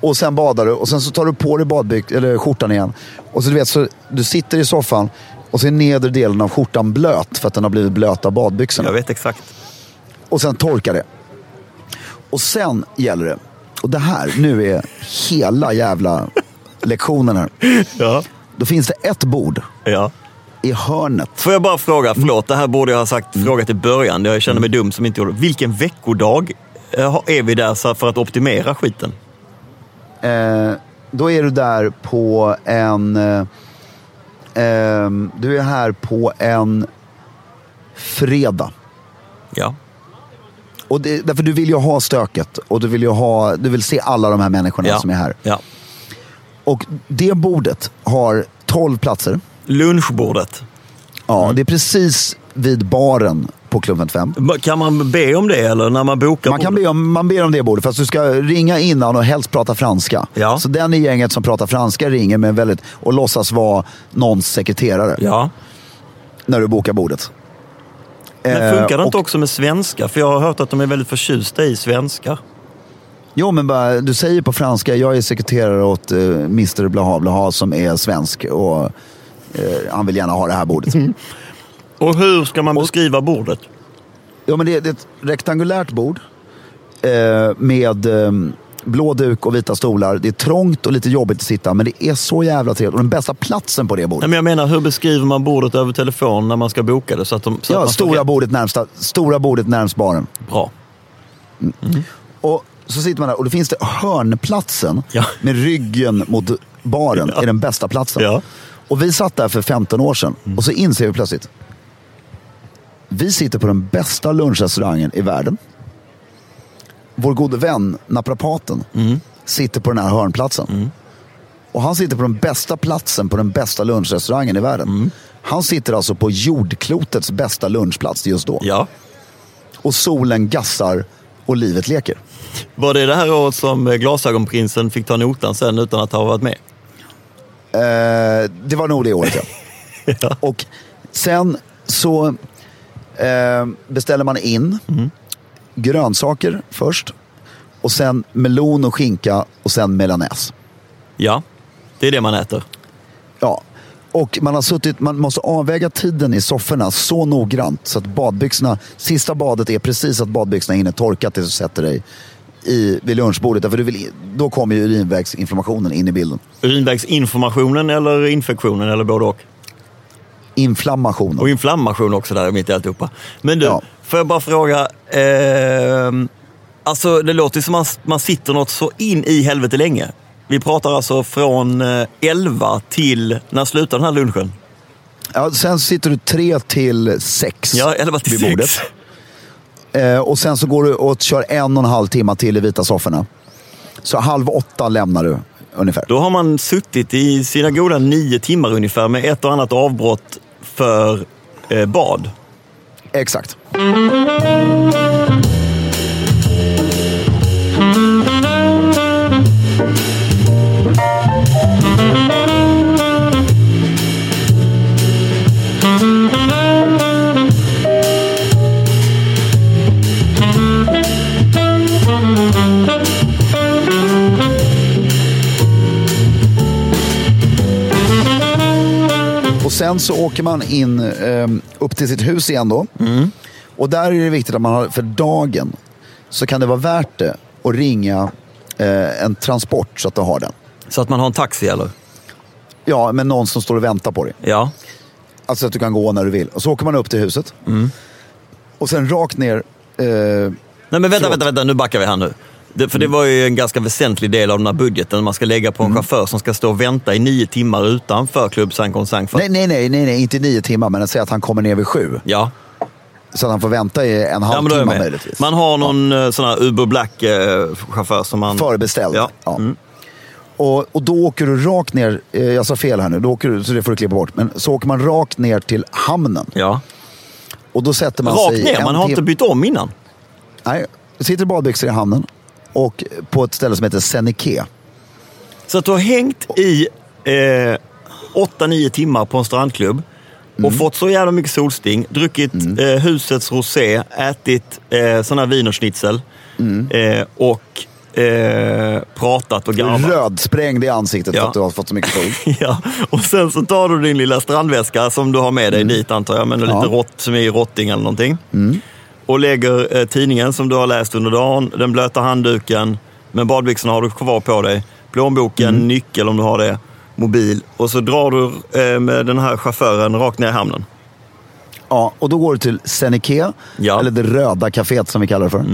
Speaker 1: Och sen badar du och sen så tar du på dig badbyx- eller skjortan igen. Och så du vet, så du sitter i soffan och så är nedre delen av skjortan blöt för att den har blivit blöt av badbyxorna.
Speaker 2: Jag vet exakt.
Speaker 1: Och sen torkar det. Och sen gäller det. Och det här, nu är hela jävla lektionen här.
Speaker 2: Ja.
Speaker 1: Då finns det ett bord
Speaker 2: ja.
Speaker 1: i hörnet.
Speaker 2: Får jag bara fråga, förlåt, det här borde jag ha sagt,
Speaker 1: Mm.
Speaker 2: frågat i början. Jag känner mig dum som inte gjorde det. Vilken veckodag eh, har- är vi där så här för att optimera skiten?
Speaker 1: Eh, då är du där på en... Eh, ehm, du är här på en fredag.
Speaker 2: Ja.
Speaker 1: Och det, därför du vill ju ha stöket och du vill ju ha, du vill se alla de här människorna
Speaker 2: ja.
Speaker 1: som är här.
Speaker 2: Ja.
Speaker 1: Och det bordet har 12 platser.
Speaker 2: Lunchbordet.
Speaker 1: Ja, Det är precis vid baren på klubben 5.
Speaker 2: Ma- Kan man be om det eller när man bokar?
Speaker 1: Man, kan
Speaker 2: bordet?
Speaker 1: be om, man ber om det bordet, fast du ska ringa innan och helst prata franska.
Speaker 2: Ja.
Speaker 1: Så den i gänget som pratar franska ringer med väldigt, och låtsas vara någons sekreterare
Speaker 2: Ja.
Speaker 1: när du bokar bordet.
Speaker 2: Men
Speaker 1: Eh,
Speaker 2: funkar det inte
Speaker 1: och-
Speaker 2: också med svenska? För jag har hört att de är väldigt förtjusta i svenskar.
Speaker 1: Jo, men bara, du säger på franska, jag är sekreterare åt eh, Mr Blaha Blaha som är svensk och eh, han vill gärna ha det här bordet.
Speaker 2: Och hur ska man beskriva bordet?
Speaker 1: Ja, men det, det är ett rektangulärt bord eh, med eh, blå duk och vita stolar. Det är trångt och lite jobbigt att sitta, men det är så jävla trevligt. Och den bästa platsen på det
Speaker 2: Nej,
Speaker 1: bordet.
Speaker 2: men jag menar, hur beskriver man bordet över telefon när man ska boka det? Så att de, så att
Speaker 1: Ja,
Speaker 2: man får
Speaker 1: stora
Speaker 2: rätt
Speaker 1: bordet, närmst, stora bordet närmst baren.
Speaker 2: Bra.
Speaker 1: Och så sitter man där och då finns det hörnplatsen
Speaker 2: Ja.
Speaker 1: med ryggen mot baren. är den bästa platsen.
Speaker 2: Ja. Mm.
Speaker 1: Och vi satt där för 15 år sedan och så inser vi plötsligt. Vi sitter på den bästa lunchrestaurangen i världen. Vår gode vän naprapaten
Speaker 2: Mm.
Speaker 1: sitter på den här hörnplatsen. Och han sitter på den bästa platsen på den bästa lunchrestaurangen i världen.
Speaker 2: Mm.
Speaker 1: Han sitter alltså på jordklotets bästa lunchplats just då.
Speaker 2: Ja.
Speaker 1: Och solen gassar och livet leker.
Speaker 2: Var det det här året som eh, glasögonprinsen fick ta notan sen utan att ha varit med?
Speaker 1: Eh, det var nog det året, ja. Och sen så eh, beställer man in grönsaker först. Och sen melon och skinka och sen melanäs.
Speaker 2: Ja, det är det man äter.
Speaker 1: Ja. Och man har suttit, man måste avväga tiden i sofforna så noggrant så att badbyxorna, sista badet är precis att badbyxorna hinner torka tills du sätter dig i, vid lunchbordet. Därför du vill, då kommer ju urinvägsinflammationen in i bilden.
Speaker 2: Urinvägsinformationen eller infektionen eller både och.
Speaker 1: Inflammationen.
Speaker 2: Och inflammation också där mitt i alltihopa. Men du,
Speaker 1: Ja.
Speaker 2: får jag bara fråga. ehm, alltså det låter ju som att man sitter något så in i helvete länge. Vi pratar alltså från eh, 11 till, när slutar den här lunchen?
Speaker 1: Ja, sen sitter du tre till sex
Speaker 2: Ja, 11 till
Speaker 1: vid
Speaker 2: 6.
Speaker 1: bordet. Eh, och sen så går du och kör en och en halv timme till i vita sofforna. Så halv åtta lämnar du ungefär.
Speaker 2: Då har man suttit i sina goda nio timmar ungefär med ett och annat avbrott för eh, bad.
Speaker 1: Exakt. Och sen så åker man in eh, upp till sitt hus igen då. Och där är det viktigt att man har, för dagen, så kan det vara värt det att ringa eh, en transport så att du har den.
Speaker 2: Så att man har en taxi eller?
Speaker 1: Ja, men någon som står och väntar på dig.
Speaker 2: Ja.
Speaker 1: Alltså att du kan gå när du vill. Och så åker man upp till huset.
Speaker 2: Mm.
Speaker 1: Och sen rakt ner. Eh,
Speaker 2: Nej men
Speaker 1: Förlåt.
Speaker 2: vänta,
Speaker 1: Mm.
Speaker 2: vänta, vänta, nu backar vi här nu. Det, för det var ju en ganska väsentlig del av den här budgeten. Man ska lägga på en chaufför som ska stå och vänta i nio timmar utanför Club Saint Consang. För...
Speaker 1: nej, nej, nej, nej, nej, inte nio timmar, men att säga att han kommer ner vid sju.
Speaker 2: Ja.
Speaker 1: Så att han får vänta i en
Speaker 2: ja, men då är
Speaker 1: halvtimme
Speaker 2: jag med.
Speaker 1: möjligtvis.
Speaker 2: Man har någon eh, sån här Uber Black-chaufför som man...
Speaker 1: Förbeställd.
Speaker 2: Ja. Mm.
Speaker 1: Ja. Och, och då åker du rakt ner, eh, jag sa fel här nu, då åker du, så det får du klippa bort. Men så åker man rakt ner till hamnen.
Speaker 2: Ja.
Speaker 1: Och då sätter man sig
Speaker 2: Rakt
Speaker 1: i
Speaker 2: ner,
Speaker 1: en
Speaker 2: man har
Speaker 1: tim-
Speaker 2: inte bytt om innan.
Speaker 1: Nej, du sitter i badbyxor i hamnen. Och på ett ställe som heter Senike.
Speaker 2: Så att du har hängt i eh, 8-9 timmar på en strandklubb och fått så jävla mycket solsting, druckit eh, husets rosé, ätit eh, sån här wienerschnitzel eh, och eh, pratat och garvat.
Speaker 1: Rödsprängd i ansiktet för
Speaker 2: Ja.
Speaker 1: att du har fått så mycket sol.
Speaker 2: Ja, och sen så tar du din lilla strandväska som du har med dig dit antar jag, men lite
Speaker 1: Mm. Ja. Mm.
Speaker 2: rått som är i rotting eller någonting. Och lägger eh, tidningen som du har läst under dagen, den blöta handduken, men badbyxorna har du kvar på dig, plånboken,
Speaker 1: Mm.
Speaker 2: nyckel om du har det, mobil. Och så drar du eh, med den här chauffören rakt ner i hamnen.
Speaker 1: Ja, och då går du till Senike,
Speaker 2: Ja. Mm.
Speaker 1: eller det röda kaféet som vi kallar det för.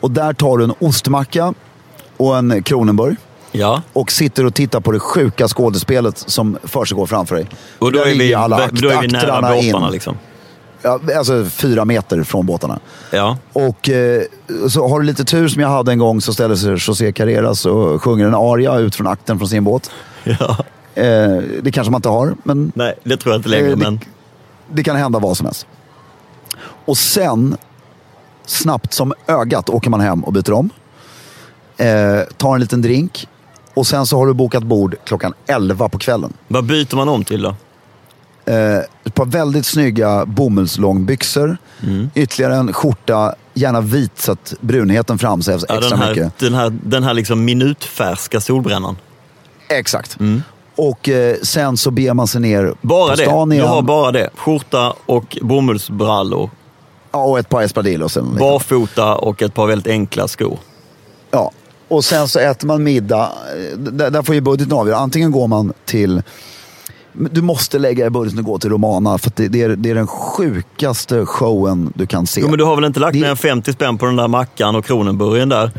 Speaker 1: Och där tar du en ostmacka och en Kronenburg.
Speaker 2: Ja.
Speaker 1: Och sitter och tittar på det sjuka skådespelet som försiggår framför dig.
Speaker 2: Och då
Speaker 1: Där
Speaker 2: är, vi,
Speaker 1: ligger akt-
Speaker 2: då är vi nära
Speaker 1: aktrarna in.
Speaker 2: båtarna liksom.
Speaker 1: Ja, alltså fyra meter från båtarna.
Speaker 2: Ja.
Speaker 1: Och eh, så har du lite tur som jag hade en gång så ställer sig José Carreras och sjunger en aria ut från akten från sin båt.
Speaker 2: ja.
Speaker 1: Eh, det kanske man inte har, men
Speaker 2: Nej, det tror jag inte
Speaker 1: Eh,
Speaker 2: längre,
Speaker 1: det-
Speaker 2: men
Speaker 1: det kan hända vad som helst. Och sen, snabbt som ögat, åker man hem och byter om. Eh, tar en liten drink. Och sen så har du bokat bord klockan 11 på kvällen.
Speaker 2: vad byter man om till då?
Speaker 1: Ett par väldigt snygga bomullslångbyxor.
Speaker 2: Mm.
Speaker 1: Ytterligare en skjorta, gärna vit så att brunheten framhävs
Speaker 2: Ja,
Speaker 1: extra
Speaker 2: den här,
Speaker 1: mycket.
Speaker 2: den här, den här liksom minutfärska solbrännan.
Speaker 1: Exakt. Och eh, sen så ber man sig ner
Speaker 2: Mm. Bara
Speaker 1: på
Speaker 2: det.
Speaker 1: stan
Speaker 2: Du
Speaker 1: igen.
Speaker 2: har bara det. Skjorta och bomullsbrallor.
Speaker 1: Ja, och ett par espadillos. eller något liknande.
Speaker 2: Barfota och ett par väldigt enkla skor.
Speaker 1: Ja, och sen så äter man middag. Eh, Där, där får ju budgeten avgöra. Antingen går man till... Du måste lägga i budgeten och gå till Romana för att det, det, är, det är den sjukaste showen du kan se.
Speaker 2: Jo, men du har väl inte lagt
Speaker 1: Det-
Speaker 2: ner 50 spänn på den där mackan och kronenburgen där?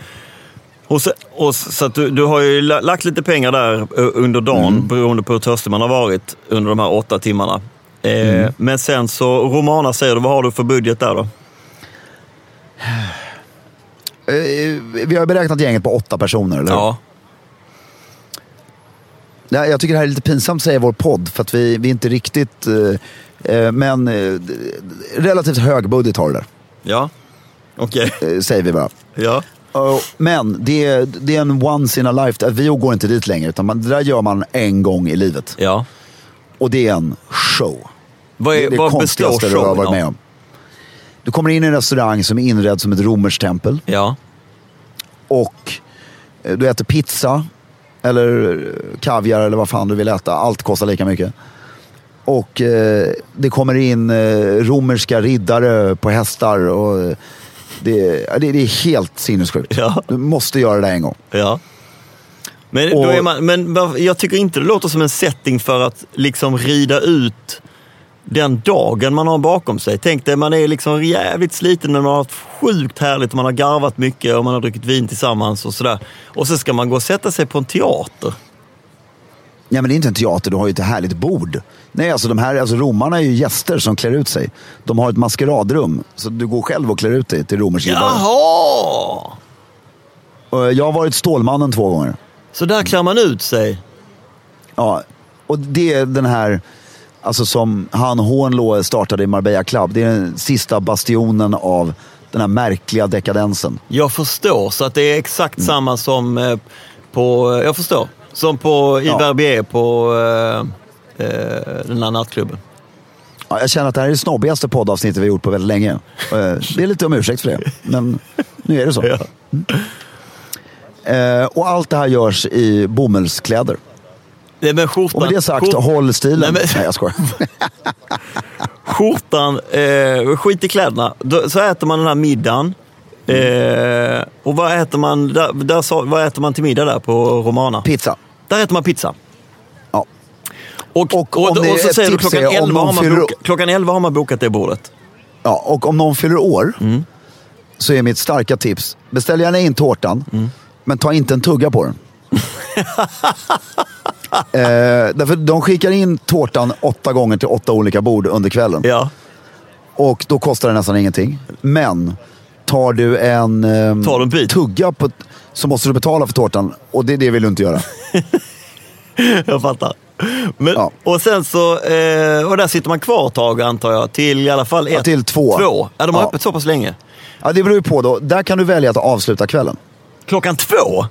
Speaker 2: Och så, och så så att du, du har ju la- lagt lite pengar där eh, under dagen
Speaker 1: Mm.
Speaker 2: beroende på hur törstig man har varit under de här åtta timmarna. Eh,
Speaker 1: Mm.
Speaker 2: Men sen så, Romana säger du, vad har du för budget där då?
Speaker 1: Eh, Vi har beräknat gänget på åtta personer, eller hur?
Speaker 2: Ja.
Speaker 1: Det här- Jag tycker det här är lite pinsamt säger vår podd för att vi, vi är inte riktigt... eh, eh, Men eh, d- relativt hög budget har det där,
Speaker 2: Ja. Okej.
Speaker 1: eh, säger vi bara.
Speaker 2: Ja.
Speaker 1: Eh, Men det är, det är en once in a life. Vi går inte dit längre, utan man, det där gör man en gång i livet.
Speaker 2: Ja.
Speaker 1: Och det är en show.
Speaker 2: Vad,
Speaker 1: Det är
Speaker 2: är,
Speaker 1: det
Speaker 2: Eh, vad består
Speaker 1: konstigaste du har
Speaker 2: showen
Speaker 1: varit med
Speaker 2: av?
Speaker 1: om. Du kommer in i en restaurang som är inredd som ett romerskt tempel
Speaker 2: Ja.
Speaker 1: och eh, du äter pizza eller eh, kaviar eller vad fan du vill äta. Allt kostar lika mycket. Och eh, det kommer in eh, romerska riddare på hästar och eh, det, ja, det, det är helt sinnessjukt.
Speaker 2: Ja.
Speaker 1: Du måste göra det en gång.
Speaker 2: Ja. Men, då
Speaker 1: Och-
Speaker 2: är man, men varför- jag tycker inte det låter som en setting för att liksom rida ut den dagen man har bakom sig. Tänk dig, man är liksom jävligt sliten men man har haft sjukt härligt, man har garvat mycket och man har druckit vin tillsammans och sådär. Och så ska man gå och sätta sig på en teater.
Speaker 1: Ja, men det är inte en teater, du har ju ett härligt bord. Nej, alltså de här, alltså romarna är ju gäster som klär ut sig. De har ett maskeradrum, så du går själv och klär ut dig till romersk riddare.
Speaker 2: Jaha!
Speaker 1: Och Jag har varit Stålmannen två gånger.
Speaker 2: Så där klär man ut sig.
Speaker 1: Ja, och det är den här, alltså som han Hohenlohe startade i Marbella Club. Det är den sista bastionen av den här märkliga dekadensen.
Speaker 2: Jag förstår, så att det är exakt
Speaker 1: Mm.
Speaker 2: samma som eh, på... eh, Jag förstår. Som på i
Speaker 1: Ja.
Speaker 2: Verbier på eh, eh, den här nattklubben.
Speaker 1: Ja, jag känner att det här är det snobbigaste poddavsnittet vi har gjort på väldigt länge. Och, eh, Det är lite om ursäkt för det, men nu är det så. Eh, Och allt det här görs i bomullskläder.
Speaker 2: Nej, men skjortan,
Speaker 1: Och med det sagt,
Speaker 2: skjort-
Speaker 1: håll stilen. Nej,
Speaker 2: Nej, men-
Speaker 1: jag skojar.
Speaker 2: skjortan, eh, skit i kläderna. Då, så äter man den här middagen. Eh, och vad äter, man, där, där, sa- vad äter man till middag där på Romana?
Speaker 1: Pizza.
Speaker 2: där äter man pizza.
Speaker 1: Ja.
Speaker 2: Och,
Speaker 1: Och
Speaker 2: och,
Speaker 1: om
Speaker 2: och,
Speaker 1: det-
Speaker 2: så
Speaker 1: ett
Speaker 2: säger du
Speaker 1: tips
Speaker 2: klockan
Speaker 1: är om
Speaker 2: 11, har
Speaker 1: någon
Speaker 2: man
Speaker 1: fyller
Speaker 2: boka, klockan 11 har man bokat det bordet.
Speaker 1: Ja, och om någon fyller år så är mitt starka tips, beställ gärna in tårtan, men ta inte en tugga på den. eh, därför de skickar in tårtan åtta gånger till åtta olika bord under kvällen.
Speaker 2: Ja.
Speaker 1: Och då kostar det nästan ingenting. Men tar du en ehm,
Speaker 2: Tar du en bit?
Speaker 1: tugga på, så måste du betala för tårtan. Och det, det vill du inte göra.
Speaker 2: Jag fattar. Men,
Speaker 1: Ja.
Speaker 2: Och sen så, eh, och där sitter man kvar ett tag antar jag, till i alla fall ett.
Speaker 1: till två.
Speaker 2: två. Ja, de har
Speaker 1: Ja.
Speaker 2: öppet så pass länge.
Speaker 1: Ja, det beror ju på då. Där kan du välja att avsluta kvällen.
Speaker 2: Klockan två?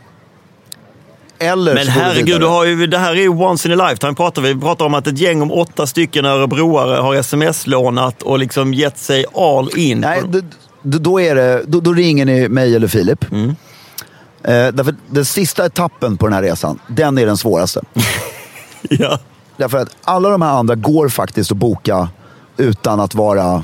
Speaker 1: Eller
Speaker 2: Men
Speaker 1: så går vi
Speaker 2: herregud,
Speaker 1: vidare.
Speaker 2: du har ju, det här är ju once in a lifetime pratar vi. Vi pratar om att ett gäng om åtta stycken örebroare har sms-lånat och liksom gett sig all in.
Speaker 1: Nej,
Speaker 2: på-
Speaker 1: d- d- då, är det, då, då ringer ni mig eller Filip.
Speaker 2: Mm.
Speaker 1: Eh, därför den sista etappen på den här resan, den är den svåraste.
Speaker 2: ja.
Speaker 1: därför att alla de här andra går faktiskt att boka utan att vara...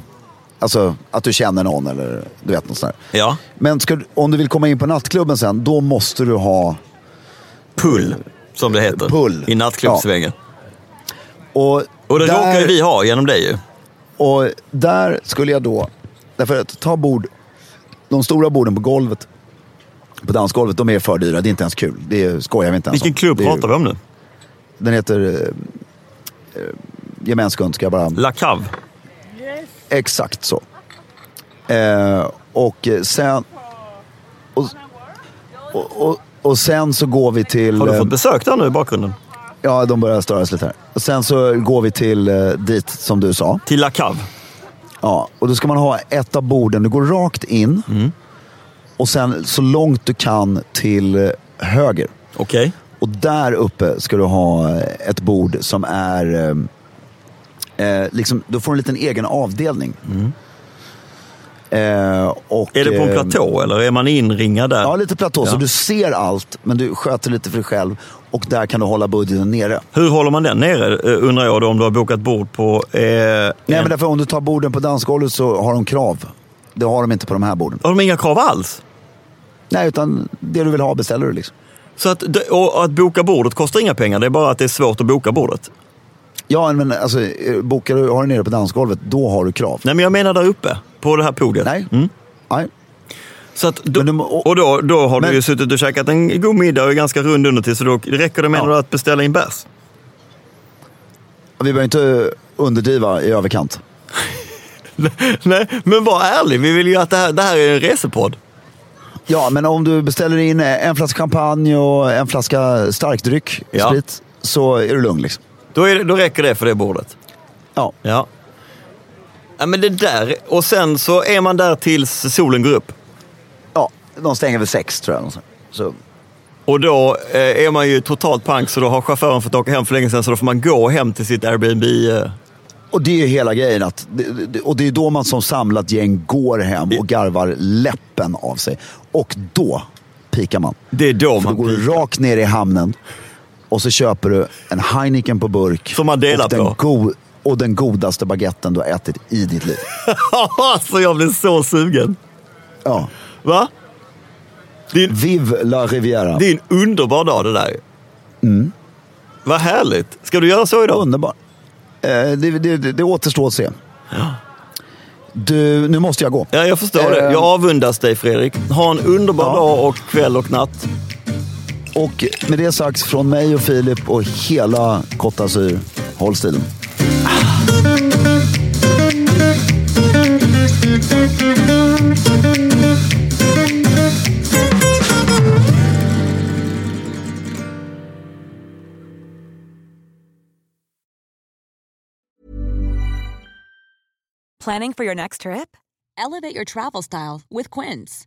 Speaker 1: Alltså att du känner någon eller du vet något sånt där.
Speaker 2: ja.
Speaker 1: Men ska, du- om du vill komma in på nattklubben sen, då måste du ha...
Speaker 2: Pull, som det heter.
Speaker 1: Pull.
Speaker 2: I nattklubbsvängen.
Speaker 1: Och,
Speaker 2: Och det
Speaker 1: där-
Speaker 2: råkade vi ha genom dig ju.
Speaker 1: Och där skulle jag då, därför att ta bord, de stora borden på golvet, på dansgolvet, de är för dyra. Det är inte ens kul. Det är, skojar vi inte ens
Speaker 2: Vilken klubb pratar vi om nu?
Speaker 1: Den heter... Eh, eh, ge mig en sekund ska jag bara...
Speaker 2: La Cave.
Speaker 1: Exakt så. Eh, och eh, sen... Och, och, och, och sen så går vi till...
Speaker 2: Har du
Speaker 1: eh,
Speaker 2: fått besök där nu i bakgrunden?
Speaker 1: ja, de börjar störa sig lite här. Och sen så går vi till eh, dit som du sa.
Speaker 2: Till La Cave.
Speaker 1: Ja, och då ska man ha ett av borden. Du går rakt in
Speaker 2: Mm.
Speaker 1: och sen så långt du kan till eh, höger.
Speaker 2: Okej.
Speaker 1: Och där uppe ska du ha eh, ett bord som är... eh, Eh, liksom, du får en liten egen avdelning. Eh, och,
Speaker 2: Mm. Är det på en
Speaker 1: eh,
Speaker 2: platå eller är man inringad där?
Speaker 1: Ja, lite platå. Så
Speaker 2: Ja.
Speaker 1: du ser allt, men du sköter lite för dig själv. Och där kan du hålla budgeten nere.
Speaker 2: Hur håller man den nere eh, undrar jag då om du har bokat bord på... Eh,
Speaker 1: Nej,
Speaker 2: en-
Speaker 1: men därför om du tar borden på dansgolvet så har de krav. Det har de inte på de här borden.
Speaker 2: Har de inga krav alls?
Speaker 1: Nej, utan det du vill ha beställer du liksom.
Speaker 2: Så att, och att boka bordet kostar inga pengar, det är bara att det är svårt att boka bordet.
Speaker 1: Ja, men alltså, eh, bokar du, har du nere på dansgolvet, då har du krav.
Speaker 2: Nej, men jag menar där uppe, på det här podiet.
Speaker 1: Nej.
Speaker 2: Mm.
Speaker 1: Nej.
Speaker 2: Så att då,
Speaker 1: Men de-
Speaker 2: och
Speaker 1: och-
Speaker 2: då, då har
Speaker 1: Men-
Speaker 2: du ju suttit och käkat en god middag och är ganska rund under till, så då räcker det med
Speaker 1: Ja.
Speaker 2: att beställa in bärs.
Speaker 1: Vi behöver inte underdriva i överkant.
Speaker 2: Nej, men var ärlig, vi vill ju att det här, det här är en resepodd.
Speaker 1: Ja, men om du beställer in eh, en flaska champagne och en flaska starkdryck,
Speaker 2: Ja.
Speaker 1: sprit, så är du lugn liksom.
Speaker 2: Då, är det, då räcker det för det bordet.
Speaker 1: Ja.
Speaker 2: Ja. ja. Men det där, och sen så är man där tills solen går upp.
Speaker 1: ja, de stänger vid sex tror jag. någonstans. Så.
Speaker 2: Och då eh, är man ju totalt pank så då har chauffören fått åka hem för länge sedan så då får man gå hem till sitt Airbnb. eh.
Speaker 1: Och det är ju hela grejen. Att, det- det- och det är då man som samlat gäng går hem och garvar läppen av sig. Och då pikar man.
Speaker 2: Det är
Speaker 1: För
Speaker 2: då man
Speaker 1: du går
Speaker 2: pikar.
Speaker 1: rakt ner i hamnen och så köper du en Heineken på burk.
Speaker 2: Som man delar
Speaker 1: och den
Speaker 2: på.
Speaker 1: Go- och den godaste baguetten du har ätit i ditt liv.
Speaker 2: alltså jag blev så sugen.
Speaker 1: Ja.
Speaker 2: Va? Din,
Speaker 1: Vive la Riviera.
Speaker 2: det är en underbar dag det där. Mm. Vad härligt. Ska du göra så idag?
Speaker 1: Underbar. Eh, det, det, det, det återstår att se. Du, nu måste jag gå.
Speaker 2: Ja, jag förstår det.
Speaker 1: Eh.
Speaker 2: Jag avundas dig Fredrik. Ha en underbar
Speaker 1: Ja.
Speaker 2: dag och kväll och natt.
Speaker 1: Och med det sagt från mig och Filip och hela Côte d'Azur, håll stilen.
Speaker 4: Planning for your next trip? Elevate your travel style with Quince.